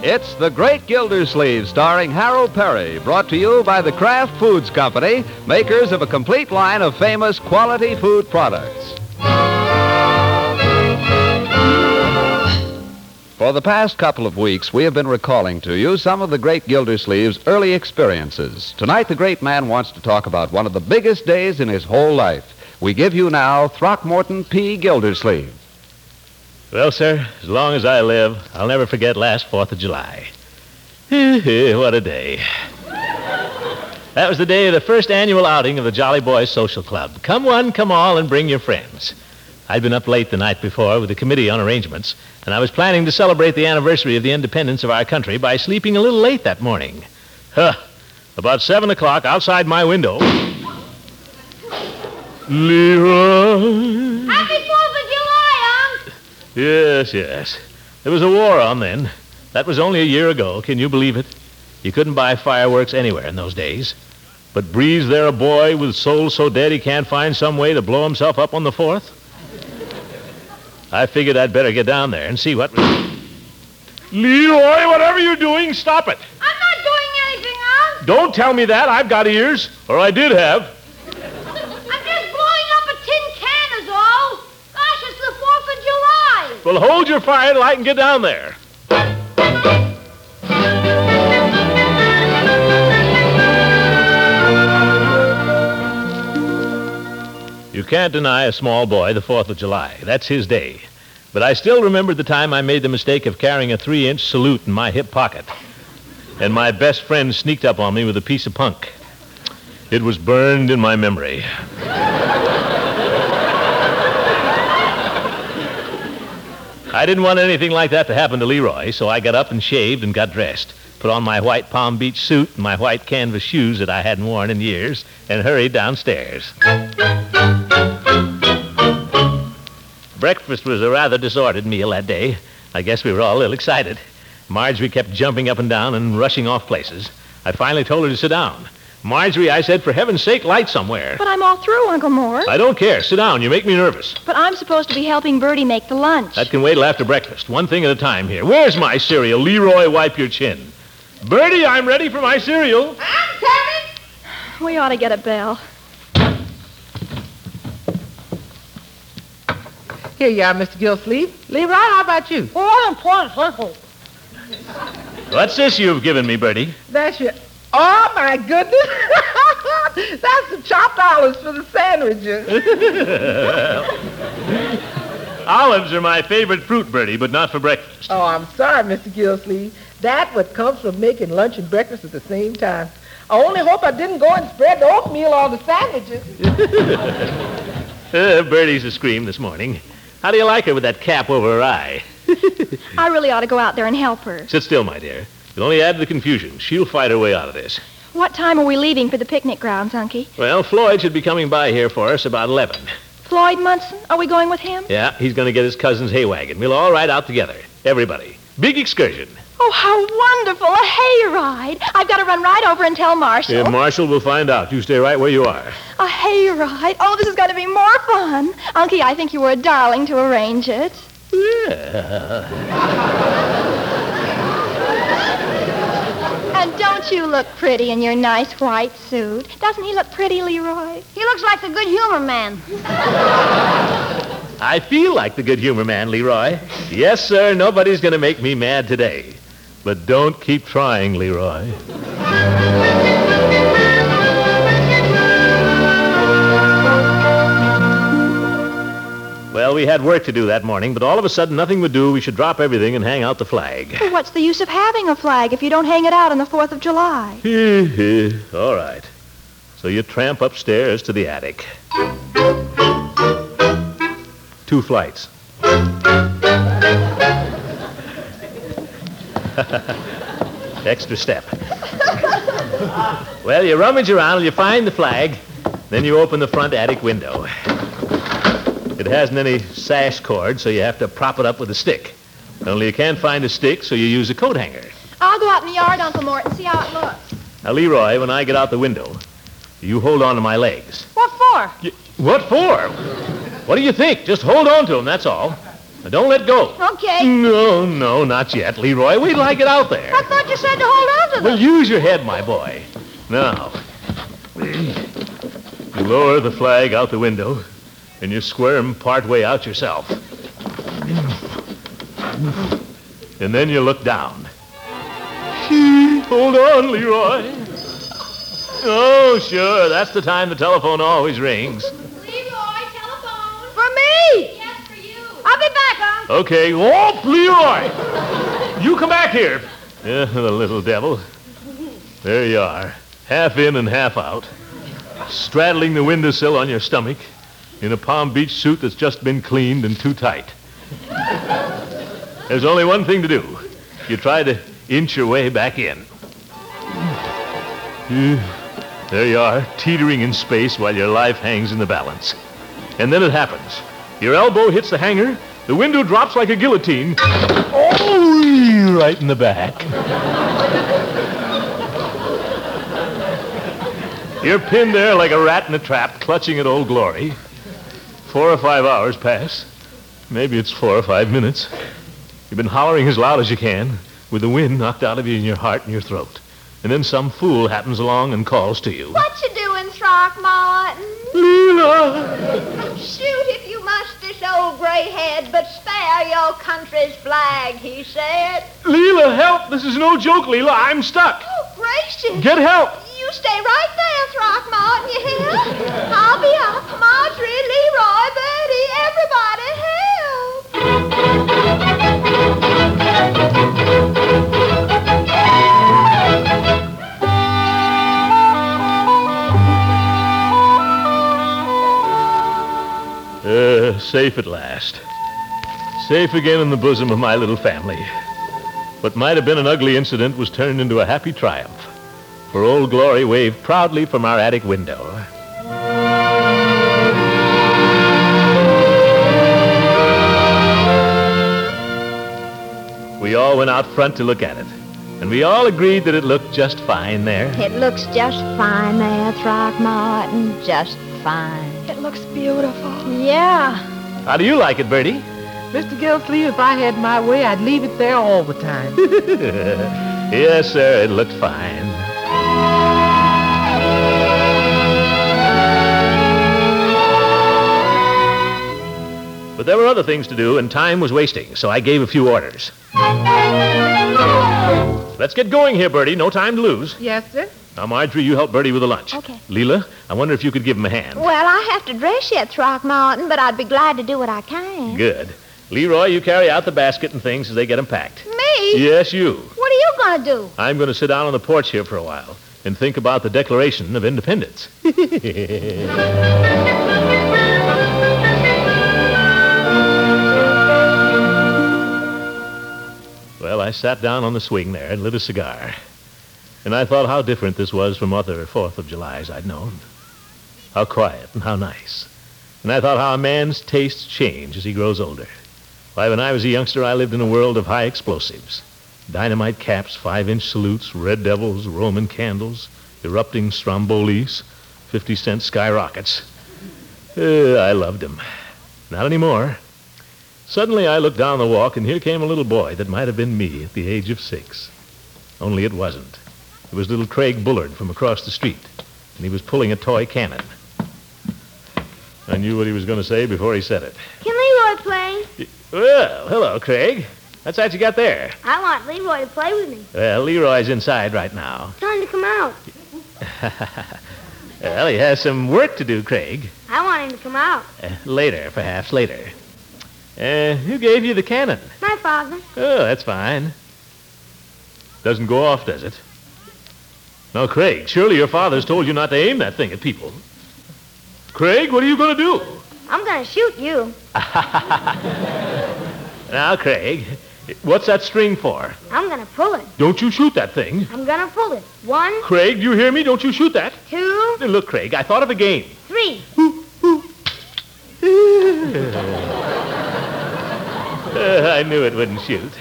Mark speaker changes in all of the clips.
Speaker 1: It's The Great Gildersleeve, starring Harold Perry, brought to you by the Kraft Foods Company, makers of a complete line of famous quality food products. For the past couple of weeks, we have been recalling to you some of the great Gildersleeve's early experiences. Tonight, the great man wants to talk about one of the biggest days in his whole life. We give you now Throckmorton P. Gildersleeve.
Speaker 2: Well, sir, as long as I live, I'll never forget last Fourth of July. what a day. That was the day of the first annual outing of the Jolly Boys Social Club. Come one, come all, and bring your friends. I'd been up late the night before with the committee on arrangements, and I was planning to celebrate the anniversary of the independence of our country by sleeping a little late that morning. Huh. About seven o'clock, outside my window. Leroy.
Speaker 3: Happy Fourth of July, Unc.
Speaker 2: Yes, yes. There was a war on then. That was only a year ago. Can you believe it? You couldn't buy fireworks anywhere in those days. But Breeze there a boy with soul so dead he can't find some way to blow himself up on the fourth? I figured I'd better get down there and see what. Leroy, whatever you're doing, stop it.
Speaker 3: I'm not doing anything, Unc.
Speaker 2: Don't tell me that. I've got ears, or I did have.
Speaker 3: I'm just blowing up a tin can is all. Gosh, it's the Fourth of July.
Speaker 2: Well, hold your fire till I can get down there. You can't deny a small boy the 4th of July. That's his day. But I still remember the time I made the mistake of carrying a three inch salute in my hip pocket. And my best friend sneaked up on me with a piece of punk. It was burned in my memory. I didn't want anything like that to happen to Leroy, so I got up and shaved and got dressed, put on my white Palm Beach suit and my white canvas shoes that I hadn't worn in years, and hurried downstairs. Breakfast was a rather disordered meal that day. I guess we were all a little excited. Marjorie kept jumping up and down and rushing off places. I finally told her to sit down. Marjorie, I said, for heaven's sake, light somewhere.
Speaker 4: But I'm all through, Uncle Moore.
Speaker 2: I don't care. Sit down. You make me nervous.
Speaker 4: But I'm supposed to be helping Bertie make the lunch.
Speaker 2: That can wait till after breakfast. One thing at a time here. Where's my cereal? Leroy, wipe your chin. Bertie, I'm ready for my cereal.
Speaker 3: I'm coming.
Speaker 4: We ought to get a bell.
Speaker 5: Here you are, Mr. Gilsleeve. Leroy, how about you?
Speaker 3: Well, I'm quite thankful.
Speaker 2: What's this you've given me, Bertie?
Speaker 5: That's your. Oh, my goodness. That's the chopped olives for the sandwiches.
Speaker 2: Olives are my favorite fruit, Bertie, but not for breakfast.
Speaker 5: Oh, I'm sorry, Mr. Gilsleeve. That what comes from making lunch and breakfast at the same time. I only hope I didn't go and spread the oatmeal on the sandwiches.
Speaker 2: Uh, Bertie's a scream this morning. How do you like her with that cap over her eye?
Speaker 4: I really ought to go out there and help her.
Speaker 2: Sit still, my dear. It'll only add to the confusion. She'll fight her way out of this.
Speaker 4: What time are we leaving for the picnic grounds, Unky?
Speaker 2: Well, Floyd should be coming by here for us about 11.
Speaker 4: Floyd Munson? Are we going with him?
Speaker 2: Yeah, he's going to get his cousin's hay wagon. We'll all ride out together. Everybody. Big excursion.
Speaker 4: Oh, how wonderful! A hayride! I've got to run right over and tell Marshall.
Speaker 2: Yeah, Marshall will find out. You stay right where you are.
Speaker 4: a hayride! Oh, this is going to be more fun. Unky, I think you were a darling to arrange it. And don't you look pretty in your nice white suit? Doesn't he look pretty, Leroy?
Speaker 3: He looks like the good humor man.
Speaker 2: I feel like the good humor man, Leroy. Yes, sir, nobody's going to make me mad today. But don't keep trying, Leroy. Well, we had work to do that morning, but all of a sudden nothing would do. We should drop everything and hang out the flag.
Speaker 4: Well, What's the use of having a flag if you don't hang it out on the 4th of July?
Speaker 2: all right. So you tramp upstairs to the attic. Two flights. Extra step. well, you rummage around till you find the flag, Then you open the front attic window. It hasn't any sash cord, so you have to prop it up with a stick. Only you can't find a stick, so you use a coat hanger.
Speaker 4: I'll go out in the yard, Uncle Mort, and see how it looks.
Speaker 2: Now, Leroy, when I get out the window, you hold on to my legs.
Speaker 4: What for?
Speaker 2: What for? What do you think? Just hold on to them, that's all. Now, don't let go.
Speaker 4: Okay.
Speaker 2: No, no, not yet, Leroy. We'd like it out there.
Speaker 4: I thought you said to hold on to them.
Speaker 2: Well, use your head, my boy. Now, you lower the flag out the window, and you squirm partway out yourself. And then you look down. Hold on, Leroy. Oh, sure. That's the time the telephone always rings.
Speaker 3: Leroy, telephone.
Speaker 4: For me!
Speaker 3: Yes, for you.
Speaker 4: I'll be back, Uncle.
Speaker 2: Okay. Whoop, Leroy! You come back here. Yeah, the little devil. There you are. Half in and half out. Straddling the windowsill on your stomach in a Palm Beach suit that's just been cleaned and too tight. There's only one thing to do. You try to inch your way back in. You- There you are, teetering in space while your life hangs in the balance. And then it happens. Your elbow hits the hanger, the window drops like a guillotine. Oh, right in the back. You're pinned there like a rat in a trap, clutching at old glory. Four or five hours pass. Maybe it's four or five minutes. You've been hollering as loud as you can, with the wind knocked out of you in your heart and your throat. And then some fool happens along and calls to you.
Speaker 4: What you doing, Throckmorton?
Speaker 2: Leela!
Speaker 4: Shoot if you must this old gray head, but spare your country's flag, he said.
Speaker 2: Leela, help! This is no joke, Leela. I'm stuck.
Speaker 4: Oh, gracious.
Speaker 2: Get help!
Speaker 4: You stay right there, Throckmorton, you hear? I'll be up. Marjorie, Leroy, Bertie, everybody help.
Speaker 2: Uh, safe at last. Safe again in the bosom of my little family. What might have been an ugly incident was turned into a happy triumph. For old glory waved proudly from our attic window. We all went out front to look at it, and we all agreed that it looked just fine there.
Speaker 6: It looks just fine there, Throckmorton. Just fine.
Speaker 4: It looks beautiful.
Speaker 6: Yeah.
Speaker 2: How do you like it, Bertie?
Speaker 5: Mr. Gilsleeve, if I had my way, I'd leave it there all the time.
Speaker 2: Yes, sir, it looked fine. But there were other things to do, and time was wasting, so I gave a few orders. Let's get going here, Bertie. No time to lose.
Speaker 5: yes, sir?
Speaker 2: Now, Marjorie, you help Bertie with the lunch.
Speaker 6: Okay.
Speaker 2: Leela, I wonder if you could give him a hand.
Speaker 6: Well, I have to dress yet, Throckmorton, but I'd be glad to do what I can.
Speaker 2: Good. Leroy, you carry out the basket and things as they get them packed.
Speaker 6: Me?
Speaker 2: Yes, you.
Speaker 6: What are you going to do?
Speaker 2: I'm going to sit down on the porch here for a while and think about the Declaration of Independence. well, I sat down on the swing there and lit a cigar. And I thought how different this was from other Fourth of Julys I'd known. How quiet and how nice. And I thought how a man's tastes change as he grows older. Why, when I was a youngster, I lived in a world of high explosives. Dynamite caps, five-inch salutes, red devils, Roman candles, erupting strombolis, 50-cent skyrockets. Uh, I loved 'em. Not anymore. Suddenly I looked down the walk, and here came a little boy that might have been me at the age of six. Only it wasn't. It was little Craig Bullard from across the street, and he was pulling a toy cannon. I knew what he was going to say before he said it.
Speaker 6: Can Leroy play?
Speaker 2: Well, hello, Craig. That's what you got there.
Speaker 6: I want Leroy to play with me.
Speaker 2: Well, Leroy's inside right now.
Speaker 6: Time to come out.
Speaker 2: Well, he has some work to do, Craig.
Speaker 6: I want him to come out.
Speaker 2: Uh, later, perhaps, later. Uh, who gave you the cannon?
Speaker 6: My father.
Speaker 2: Oh, that's fine. Doesn't go off, does it? Now, Craig, surely your father's told you not to aim that thing at people. Craig, what are you going to do?
Speaker 6: I'm going to shoot you.
Speaker 2: Now, Craig, what's that string for?
Speaker 6: I'm going to pull it.
Speaker 2: Don't you shoot that thing.
Speaker 6: I'm going to pull it. One,
Speaker 2: Craig, do you hear me? Don't you shoot that.
Speaker 6: two,
Speaker 2: Look, Craig, I thought of a game.
Speaker 3: Three.
Speaker 2: Uh, I knew it wouldn't shoot.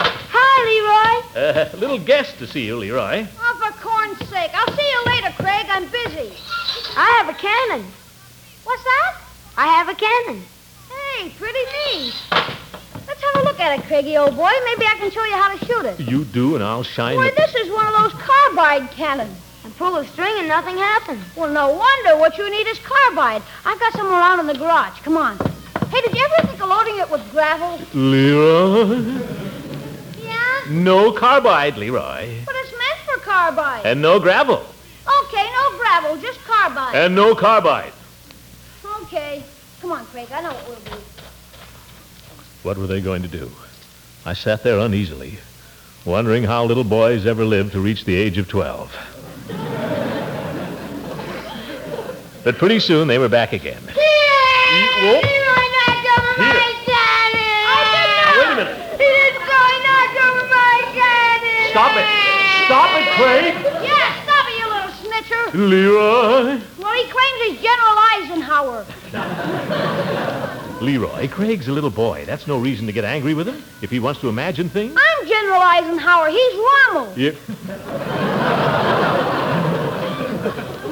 Speaker 3: Hi, Leroy.
Speaker 2: Uh, little guest to see you, Leroy.
Speaker 3: Oh, for corn's sake. I'll see you later, Craig. I'm busy. I have a cannon. What's that? I have a cannon. Hey, pretty neat. Let's have a look at it, Craigie, old boy. Maybe I can show you how to shoot it.
Speaker 2: You do, and I'll shine.
Speaker 3: Boy,
Speaker 2: the-
Speaker 3: this is one of those carbide cannons. I pull the string and nothing happens. Well, no wonder. What you need is carbide. I've got some around in the garage. Come on. Hey, did you ever think of loading it with gravel?
Speaker 2: Leroy?
Speaker 3: Yeah,
Speaker 2: No carbide, Leroy.
Speaker 3: but it's meant for carbide.
Speaker 2: And no gravel.
Speaker 3: Okay, no gravel, just carbide.
Speaker 2: And no carbide.
Speaker 3: Okay. Come on, Craig. I know what we'll do.
Speaker 2: What were they going to do? I sat there uneasily, wondering how little boys ever live to reach the age of 12. but pretty soon they were back again. Whoa. Here. Wait a minute. Stop it. Stop it, Craig.
Speaker 3: Yeah, stop it, you little snitcher.
Speaker 2: Leroy.
Speaker 3: Well, he claims he's General Eisenhower.
Speaker 2: Leroy, Craig's a little boy. That's no reason to get angry with him if he wants to imagine things.
Speaker 3: I'm General Eisenhower. He's Rommel.
Speaker 2: Yeah.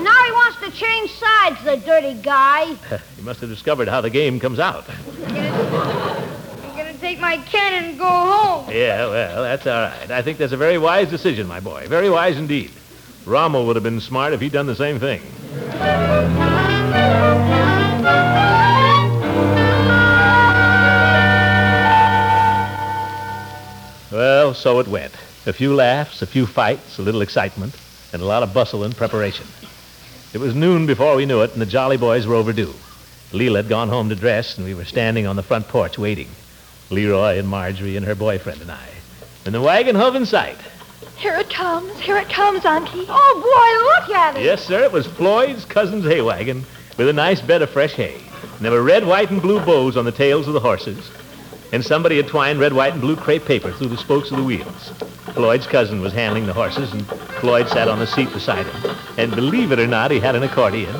Speaker 3: Now he wants to change sides, the dirty guy.
Speaker 2: He must have discovered how the game comes out.
Speaker 3: I'm gonna take my cannon and go home.
Speaker 2: Yeah, well, that's all right. I think that's a very wise decision, my boy. Very wise indeed. Rommel would have been smart if he'd done the same thing. Well, so it went. A few laughs, a few fights, a little excitement, and a lot of bustle and preparation. It was noon before we knew it, and the Jolly Boys were overdue. Leela had gone home to dress, and we were standing on the front porch waiting. Leroy and Marjorie and her boyfriend and I. And the wagon hove in sight.
Speaker 4: Here it comes. Here it comes, Unky.
Speaker 3: Oh, boy, look at it.
Speaker 2: Yes, sir, it was Floyd's cousin's hay wagon with a nice bed of fresh hay. And there were red, white, and blue bows on the tails of the horses. And somebody had twined red, white, and blue crepe paper through the spokes of the wheels. Floyd's cousin was handling the horses, and Floyd sat on the seat beside him. And believe it or not, he had an accordion.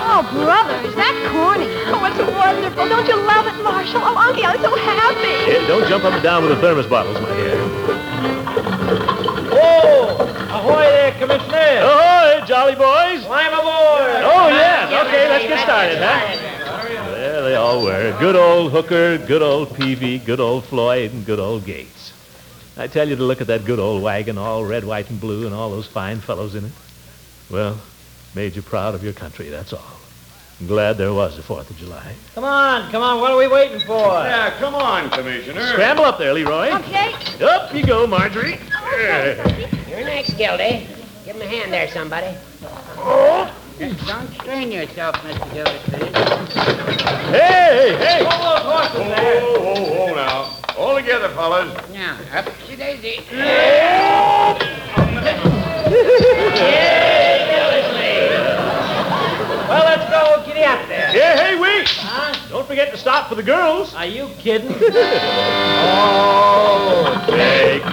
Speaker 3: Oh, brother, is that corny?
Speaker 4: Oh, it's wonderful. Don't you love it, Marshall? Oh, Unky, I'm so happy.
Speaker 2: Eh, don't jump up and down with the thermos bottles, my dear.
Speaker 7: Oh, ahoy there, Commissioner.
Speaker 2: Oh, hey, jolly boys!
Speaker 7: Climb aboard.
Speaker 2: Oh, yes. Okay, let's get started, huh? There they all were. Good old Hooker, good old Peavy, good old Floyd, and good old Gates. I tell you to look at that good old wagon, all red, white, and blue, and all those fine fellows in it. Well, made you proud of your country, that's all. I'm glad there was a Fourth of July.
Speaker 7: Come on, come on. What are we waiting for?
Speaker 8: Yeah, come on, Commissioner.
Speaker 2: Scramble up there, Leroy.
Speaker 3: Okay.
Speaker 2: Up you go, Marjorie. Eh,
Speaker 9: You're next, Gildy. Give him a hand there, somebody. Just don't strain yourself, Mr. Gildersleeve.
Speaker 2: Hey, hey, hey!
Speaker 8: Whoa, whoa, whoa now. All together, fellas.
Speaker 9: Now, up she daisy.
Speaker 7: Well, let's go. Giddy up there.
Speaker 2: Yeah, hey, wait!
Speaker 7: Huh?
Speaker 2: Don't forget to stop for the girls.
Speaker 7: Are you kidding?
Speaker 2: Take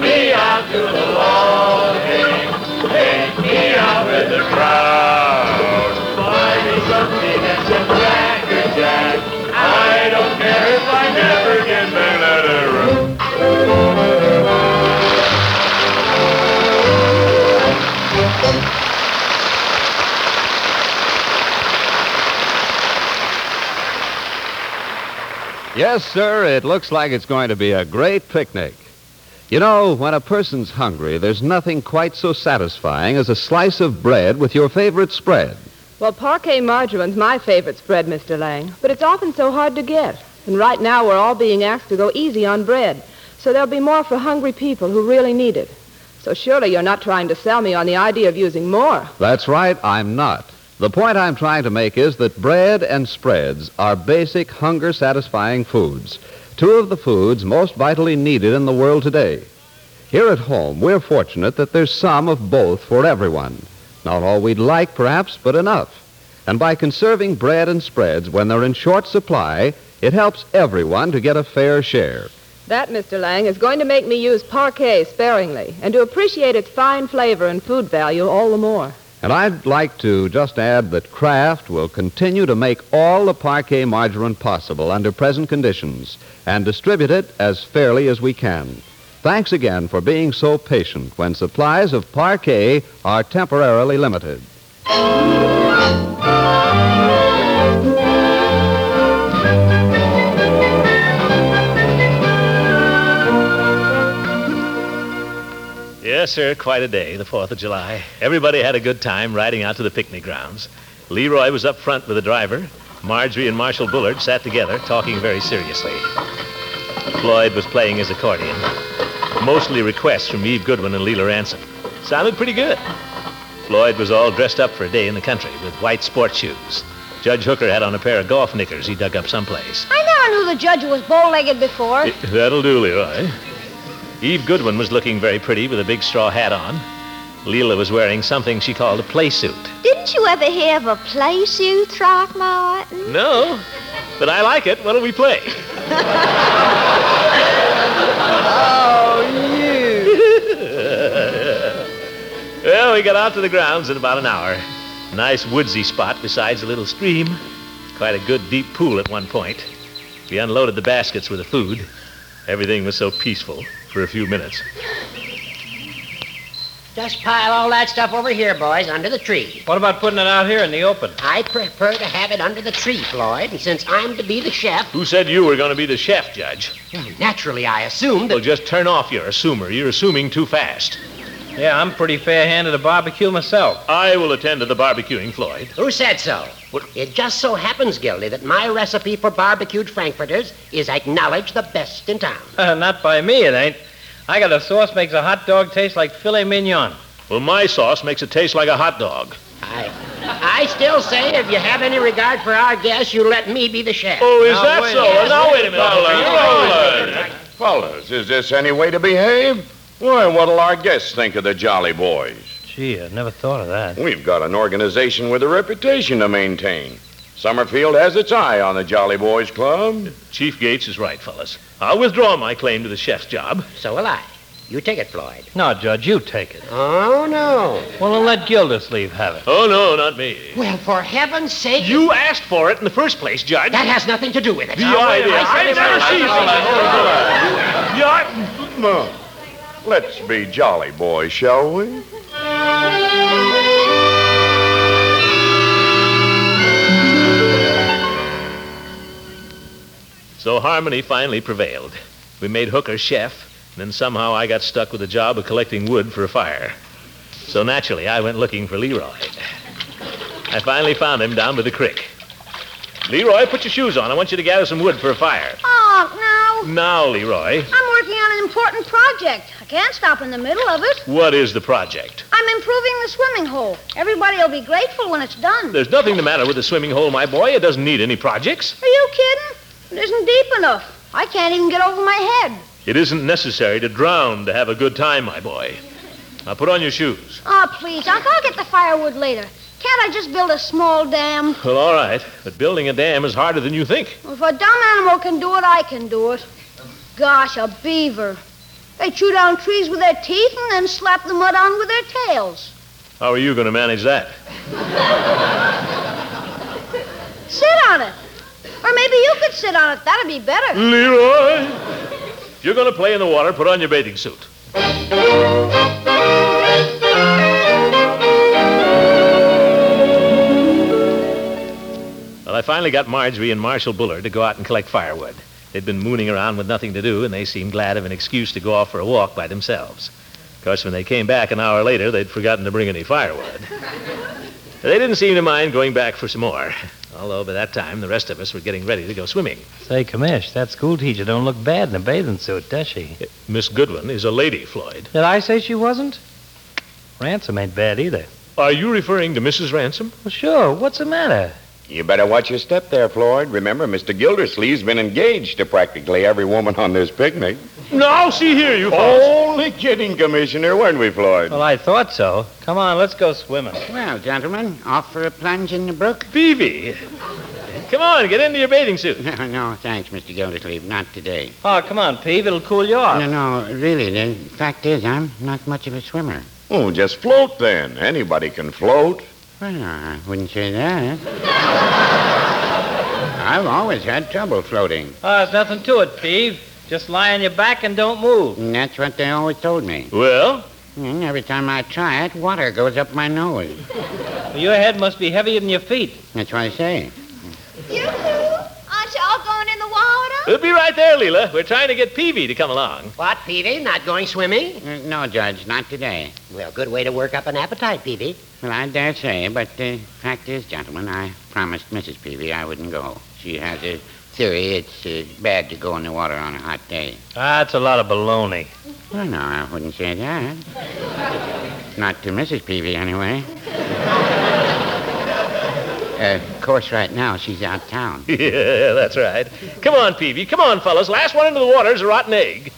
Speaker 2: me out to the lobby. Take me out with the crowd. Buy me something that's a Cracker Jack. I don't care if I never get my letter.
Speaker 1: Yes, sir, it looks like it's going to be a great picnic. You know, when a person's hungry, there's nothing quite so satisfying as a slice of bread with your favorite spread.
Speaker 10: Well, parquet margarine's my favorite spread, Mr. Lang, but it's often so hard to get. And right now we're all being asked to go easy on bread, so there'll be more for hungry people who really need it. So surely you're not trying to sell me on the idea of using more.
Speaker 1: That's right, I'm not. The point I'm trying to make is that bread and spreads are basic hunger satisfying foods, two of the foods most vitally needed in the world today. Here at home, we're fortunate that there's some of both for everyone. Not all we'd like, perhaps, but enough. And by conserving bread and spreads when they're in short supply, it helps everyone to get a fair share.
Speaker 10: That, Mr. Lang, is going to make me use parquet sparingly and to appreciate its fine flavor and food value all the more.
Speaker 1: And I'd like to just add that Kraft will continue to make all the parquet margarine possible under present conditions and distribute it as fairly as we can. Thanks again for being so patient when supplies of parquet are temporarily limited.
Speaker 2: Yes, sir, quite a day, the 4th of July. Everybody had a good time riding out to the picnic grounds. Leroy was up front with the driver. Marjorie and Marshall Bullard sat together, talking very seriously. Floyd was playing his accordion. Mostly requests from Eve Goodwin and Leela Ransom. Sounded pretty good. Floyd was all dressed up for a day in the country with white sport shoes. Judge Hooker had on a pair of golf knickers he dug up someplace.
Speaker 3: I never knew the judge was bow-legged before.
Speaker 2: That'll do, Leroy. Eve Goodwin was looking very pretty with a big straw hat on. Leela was wearing something she called a play suit.
Speaker 6: Didn't you ever hear of a play suit, Throckmorton?
Speaker 2: No, but I like it. What do we play? well, we got out to the grounds in about an hour. Nice woodsy spot besides a little stream. Quite a good deep pool at one point. We unloaded the baskets with the food. Everything was so peaceful for a few minutes.
Speaker 9: Just pile all that stuff over here, boys, under the tree.
Speaker 7: What about putting it out here in the open?
Speaker 9: I prefer to have it under the tree, Floyd, and since I'm to be the chef,
Speaker 2: Who said you were going to be the chef, Judge?
Speaker 9: naturally I assumed that.
Speaker 2: Well, just turn off your assumer. You're assuming too fast.
Speaker 7: Yeah, I'm pretty fair-handed at barbecue myself.
Speaker 2: I will attend to the barbecuing, Floyd.
Speaker 9: Who said so? It just so happens, Gildy, that my recipe for barbecued frankfurters is acknowledged the best in town.
Speaker 7: Uh, Not by me, it ain't. I got a sauce makes a hot dog taste like filet mignon.
Speaker 2: Well, my sauce makes it taste like a hot dog.
Speaker 9: I, I still say, if you have any regard for our guests, you let me be the chef.
Speaker 2: Oh, is
Speaker 7: Now,
Speaker 2: that
Speaker 7: wait a
Speaker 2: so?
Speaker 7: minute.
Speaker 2: Well, now, wait a minute.
Speaker 8: Fellas, fellas, is this any way to behave? Why, what'll our guests think of the Jolly Boys?
Speaker 7: Gee, I never thought of that.
Speaker 8: We've got an organization with a reputation to maintain. Summerfield has its eye on the Jolly Boys Club.
Speaker 2: Chief Gates is right, fellas. I'll withdraw my claim to the chef's job.
Speaker 9: So will I. You take it, Floyd.
Speaker 7: No, Judge, you take it.
Speaker 9: Oh, no.
Speaker 7: Well, then let Gildersleeve have it.
Speaker 2: Oh, no, not me.
Speaker 9: Well, for heaven's sake.
Speaker 2: You asked for it in the first place, Judge.
Speaker 9: That has nothing to do with it.
Speaker 2: the
Speaker 9: Now, wait a
Speaker 2: idea.
Speaker 9: minute.
Speaker 2: I never see something. Yeah, I-
Speaker 8: No. Let's be Jolly Boys, shall we?
Speaker 2: So harmony finally prevailed. We made Hooker chef, and then somehow I got stuck with the job of collecting wood for a fire. So naturally, I went looking for Leroy. I finally found him down by the creek. Leroy, put your shoes on. I want you to gather some wood for a fire.
Speaker 3: Oh, now.
Speaker 2: Now, Leroy,
Speaker 3: I'm working on an important project. I can't stop in the middle of it.
Speaker 2: what is the project?
Speaker 3: I'm improving the swimming hole. Everybody will be grateful when it's done.
Speaker 2: There's nothing the matter with the swimming hole, my boy. It doesn't need any projects.
Speaker 3: Are you kidding? It isn't deep enough. I can't even get over my head.
Speaker 2: It isn't necessary to drown to have a good time, my boy. Now put on your shoes.
Speaker 3: Oh, please, Uncle, I'll get the firewood later. Can't I just build a small dam?
Speaker 2: Well, all right, but building a dam is harder than you think.
Speaker 3: If a dumb animal can do it, I can do it. Gosh, a beaver. They chew down trees with their teeth and then slap the mud on with their tails.
Speaker 2: How are you going to manage that?
Speaker 3: Sit on it. Or maybe you could sit on it. That'd be better.
Speaker 2: Leroy! If you're going to play in the water, put on your bathing suit. Well, I finally got Marjorie and Marshall Bullard to go out and collect firewood. They'd been mooning around with nothing to do, and they seemed glad of an excuse to go off for a walk by themselves. Of course, when they came back an hour later, they'd forgotten to bring any firewood. they didn't seem to mind going back for some more, although by that time the rest of us were getting ready to go swimming.
Speaker 7: Say, Kamish, that schoolteacher don't look bad in a bathing suit, does she?
Speaker 2: Miss Goodwin is a lady, Floyd.
Speaker 7: Did I say she wasn't? Ransom ain't bad either.
Speaker 2: Are you referring to Mrs. Ransom?
Speaker 7: Well, sure. What's the matter?
Speaker 8: You better watch your step there, Floyd. Remember, Mr. Gildersleeve's been engaged to practically every woman on this picnic.
Speaker 2: Now, see here, you
Speaker 8: Only kidding, Commissioner, weren't we, Floyd?
Speaker 7: Well, I thought so. Come on, let's go swimming.
Speaker 9: Well, gentlemen, off for a plunge in the brook?
Speaker 2: Peavy. Come on, get into your bathing suit.
Speaker 9: No, no, thanks, Mr. Gildersleeve. Not today.
Speaker 7: Oh, come on, Peeve. It'll cool you off.
Speaker 9: No, no, really. The fact is, I'm not much of a swimmer.
Speaker 8: Oh, just float then. Anybody can float.
Speaker 9: Well, I wouldn't say that. I've always had trouble floating.
Speaker 7: Oh, there's nothing to it, Peeve. Just lie on your back and don't move.
Speaker 9: And that's what they always told me.
Speaker 2: Well?
Speaker 9: And every time I try it, water goes up my nose.
Speaker 7: Your head must be heavier than your feet.
Speaker 9: That's what I say.
Speaker 3: You two? Aren't y'all going in the water?
Speaker 2: We'll be right there, Leela. We're trying to get Peavy to come along.
Speaker 9: What, Peavy? Not going swimming? Mm, no, Judge, not today. Well, good way to work up an appetite, Peavy. Well, I dare say, but the fact is, gentlemen, I promised Mrs. Peavy I wouldn't go. She has a theory it's uh, bad to go in the water on a hot day.
Speaker 7: That's a lot of baloney.
Speaker 9: Well, no, I wouldn't say that. Not to Mrs. Peavy, anyway. Uh, of course, right now she's out town.
Speaker 2: yeah, that's right. Come on, Peavy. Come on, fellas. Last one into the water is a rotten egg.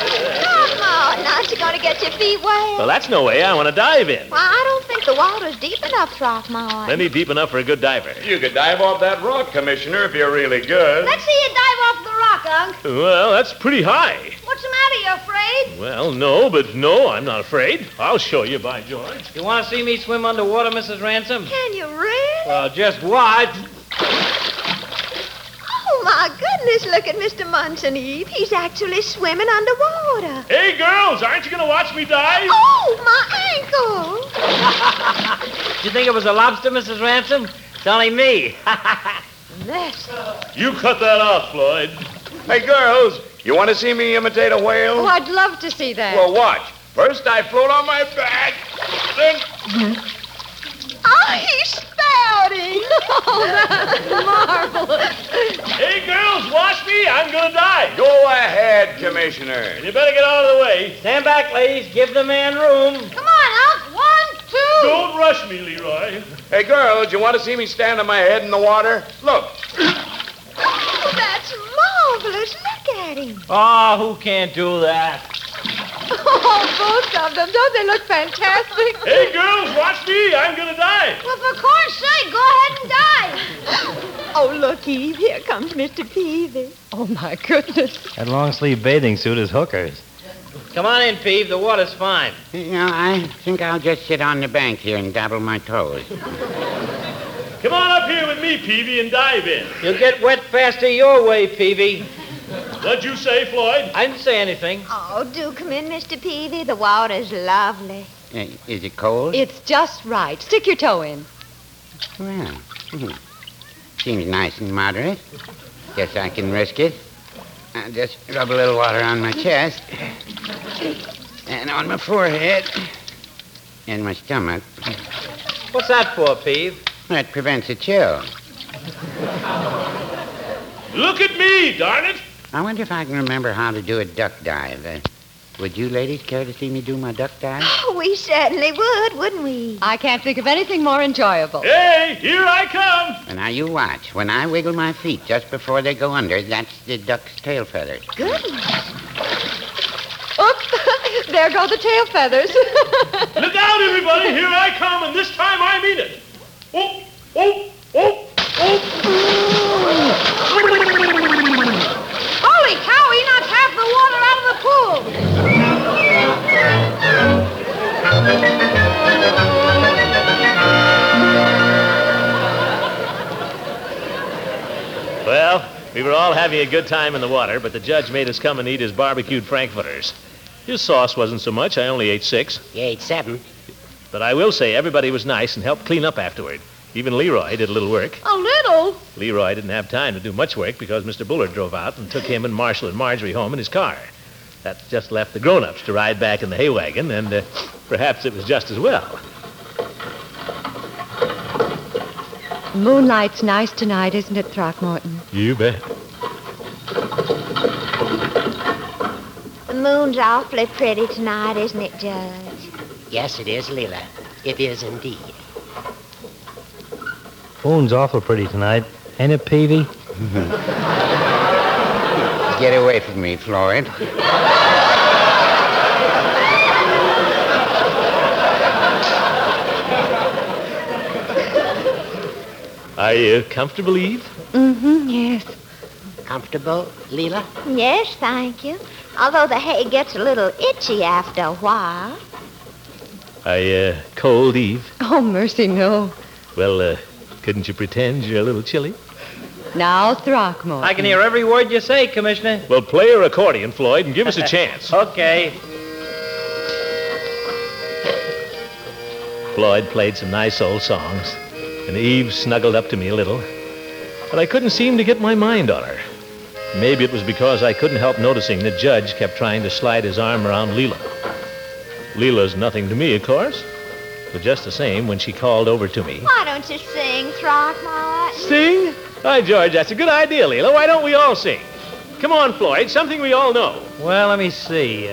Speaker 3: Throckmorton, aren't you going to get your feet wet?
Speaker 2: Well, that's no way. I want to dive in.
Speaker 3: Why, I don't think the water's deep enough, Throckmorton.
Speaker 2: Plenty deep enough for a good diver.
Speaker 8: You could dive off that rock, Commissioner, if you're really good.
Speaker 11: Let's see you dive off the rock, Unc.
Speaker 2: Well, that's pretty high.
Speaker 11: What's the matter? You afraid?
Speaker 2: Well, no, but no, I'm not afraid. I'll show you, by George.
Speaker 7: You want to see me swim underwater, Mrs. Ransom?
Speaker 3: Can you really?
Speaker 7: Well, just watch.
Speaker 3: Oh, my goodness, look at Mr. Munson, Eve. He's actually swimming underwater.
Speaker 2: Hey, girls, aren't you going to watch me dive?
Speaker 3: Oh, my ankle.
Speaker 7: Did you think it was a lobster, Mrs. Ransom? It's only me.
Speaker 3: That's...
Speaker 2: You cut that out, Floyd.
Speaker 8: Hey, girls, you want to see me imitate a whale?
Speaker 12: Oh, I'd love to see that.
Speaker 8: Well, watch. First, I float on my back. Then,
Speaker 3: Oh, he's spouting.
Speaker 12: Marvelous.
Speaker 2: Hey, girls, watch me. I'm going to dive.
Speaker 8: go ahead, Commissioner.
Speaker 2: You better get out of the way.
Speaker 7: Stand back, ladies. Give the man room.
Speaker 11: Come on, Unc. One, two.
Speaker 2: Don't rush me, Leroy.
Speaker 8: Hey, girls, you want to see me stand on my head in the water? Look.
Speaker 3: Oh, that's marvelous. Look at him.
Speaker 7: Ah, who can't do that?
Speaker 12: Oh, both of them. Don't they look fantastic?
Speaker 2: Hey, girls, watch me. I'm going to dive.
Speaker 11: Well, for corn's sake, go ahead and dive.
Speaker 12: Oh, look, Eve. Here comes Mr. Peavy. Oh, my goodness.
Speaker 7: That long sleeve bathing suit is hookers. Come on in, Peeve. The water's fine.
Speaker 9: You know, I think I'll just sit on the bank here and dabble my toes.
Speaker 2: Come on up here with me, Peavy, and dive in.
Speaker 7: You'll get wet faster your way, Peavy.
Speaker 2: What'd you say, Floyd?
Speaker 7: I didn't say anything.
Speaker 3: Oh, do come in, Mr. Peavy. The water's lovely.
Speaker 9: Uh, is it cold?
Speaker 12: It's just right. Stick your toe in.
Speaker 9: Well, hmm. seems nice and moderate. Guess I can risk it. I'll just rub a little water on my chest and on my forehead and my stomach.
Speaker 7: What's that for, Peeve?
Speaker 9: That prevents a chill.
Speaker 2: Look at me, darn it.
Speaker 9: I wonder if I can remember how to do a duck dive. Uh, would you ladies care to see me do my duck dive?
Speaker 3: Oh, we certainly would, wouldn't we?
Speaker 12: I can't think of anything more enjoyable.
Speaker 2: Hey, here I come.
Speaker 9: And now you watch. When I wiggle my feet just before they go under, that's the duck's tail feathers.
Speaker 12: Oops. there go the tail feathers.
Speaker 2: Look out, everybody. Here I come, and this time I mean it. Oh, oh, oh, oh.
Speaker 11: Holy cow, he knocked half the water out of the pool.
Speaker 2: Well, we were all having a good time in the water, but the judge made us come and eat his barbecued frankfurters. His sauce wasn't so much. I only ate six.
Speaker 9: You ate seven.
Speaker 2: But I will say everybody was nice and helped clean up afterward. Even Leroy did a little work.
Speaker 12: A little?
Speaker 2: Leroy didn't have time to do much work because Mr. Bullard drove out and took him and Marshall and Marjorie home in his car. That just left the grown-ups to ride back in the hay wagon, and uh, perhaps it was just as well.
Speaker 12: Moonlight's nice tonight, isn't it, Throckmorton?
Speaker 2: You bet.
Speaker 3: The moon's awfully pretty tonight, isn't it, Judge?
Speaker 9: Yes, it is, Leela. It is indeed.
Speaker 7: Moon's awful pretty tonight. Ain't it, Peavy?
Speaker 9: Get away from me, Floyd.
Speaker 2: Are you uh, comfortable, Eve?
Speaker 6: Mm-hmm, yes.
Speaker 9: Comfortable, Leela?
Speaker 6: Yes, thank you. Although the hay gets a little itchy after a while.
Speaker 2: Are you uh, cold, Eve?
Speaker 13: Oh, mercy, no.
Speaker 2: Well, uh, couldn't you pretend you're a little chilly?
Speaker 13: Now, Throckmorton.
Speaker 7: I can hear every word you say, Commissioner.
Speaker 2: Well, play your accordion, Floyd, and give us a chance.
Speaker 7: okay.
Speaker 2: Floyd played some nice old songs, and Eve snuggled up to me a little. But I couldn't seem to get my mind on her. Maybe it was because I couldn't help noticing the judge kept trying to slide his arm around Leela. Leela's nothing to me, of course. But just the same, when she called over to me.
Speaker 6: Why don't you sing, Throckmorton?
Speaker 2: Sing? Hi, George, that's a good idea, Leela. Why don't we all sing? Come on, Floyd, something we all know.
Speaker 7: Well, let me see.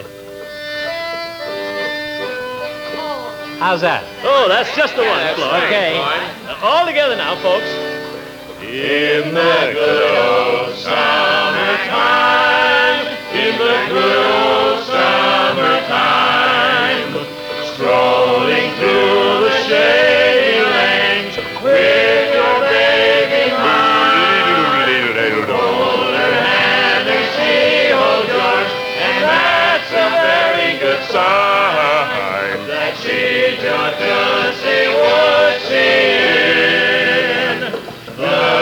Speaker 7: How's that?
Speaker 2: Oh, that's just the one, Floyd.
Speaker 7: Okay.
Speaker 2: Uh, all together now, folks. In
Speaker 14: the good old summertime, in the good old summertime, strolling through the shady lanes with your baby mine. Hold her hand and she holds yours, and that's a very good sign that she just doesn't see what she is.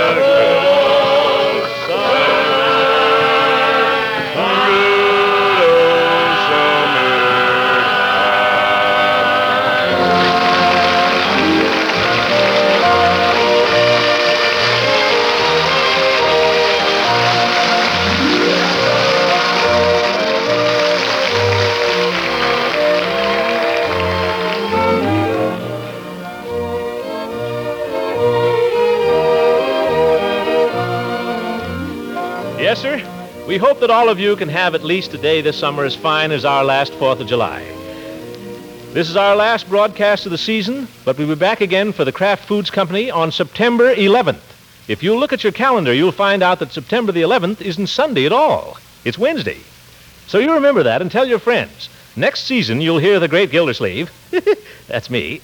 Speaker 2: Yes, sir. We hope that all of you can have at least a day this summer as fine as our last 4th of July. This is our last broadcast of the season, but we'll be back again for the Kraft Foods Company on September 11th. If you look at your calendar, you'll find out that September the 11th isn't Sunday at all. It's Wednesday. So you remember that and tell your friends. Next season, you'll hear the great Gildersleeve. That's me.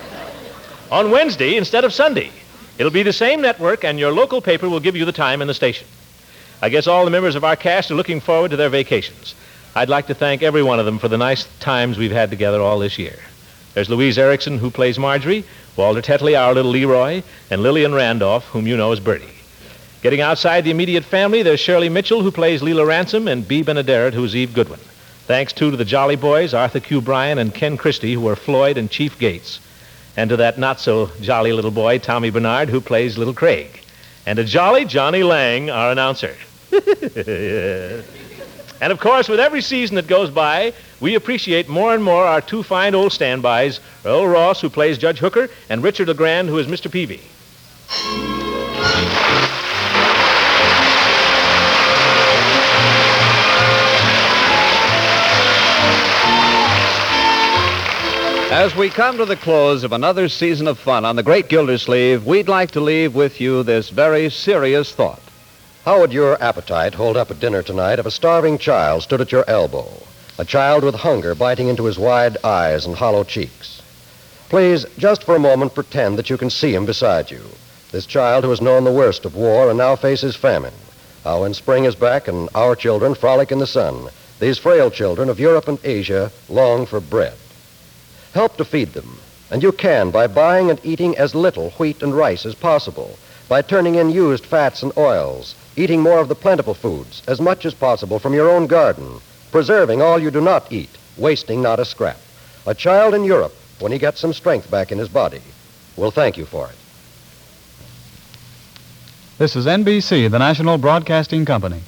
Speaker 2: on Wednesday instead of Sunday. It'll be the same network, and your local paper will give you the time and the station. I guess all the members of our cast are looking forward to their vacations. I'd like to thank every one of them for the nice times we've had together all this year. There's Louise Erickson, who plays Marjorie, Walter Tetley, our little Leroy, and Lillian Randolph, whom you know as Bertie. Getting outside the immediate family, there's Shirley Mitchell, who plays Leela Ransom, and Bee Benaderet, who's Eve Goodwin. Thanks, too, to the Jolly Boys, Arthur Q. Bryan, and Ken Christie, who are Floyd and Chief Gates. And to that not-so-jolly little boy, Tommy Bernard, who plays Little Craig. And to jolly Johnny Lang, our announcer. And of course, with every season that goes by, we appreciate more and more our two fine old standbys, Earl Ross, who plays Judge Hooker, and Richard LeGrand, who is Mr. Peavy.
Speaker 1: As we come to the close of another season of fun on the Great Gildersleeve, we'd like to leave with you this very serious thought.
Speaker 15: How would your appetite hold up at dinner tonight if a starving child stood at your elbow? A child with hunger biting into his wide eyes and hollow cheeks. Please, just for a moment, pretend that you can see him beside you. This child who has known the worst of war and now faces famine. How when spring is back and our children frolic in the sun, these frail children of Europe and Asia long for bread. Help to feed them, and you can by buying and eating as little wheat and rice as possible, by turning in used fats and oils, eating more of the plentiful foods, as much as possible from your own garden, preserving all you do not eat, wasting not a scrap. A child in Europe, when he gets some strength back in his body, will thank you for it.
Speaker 16: This is NBC, the national broadcasting company.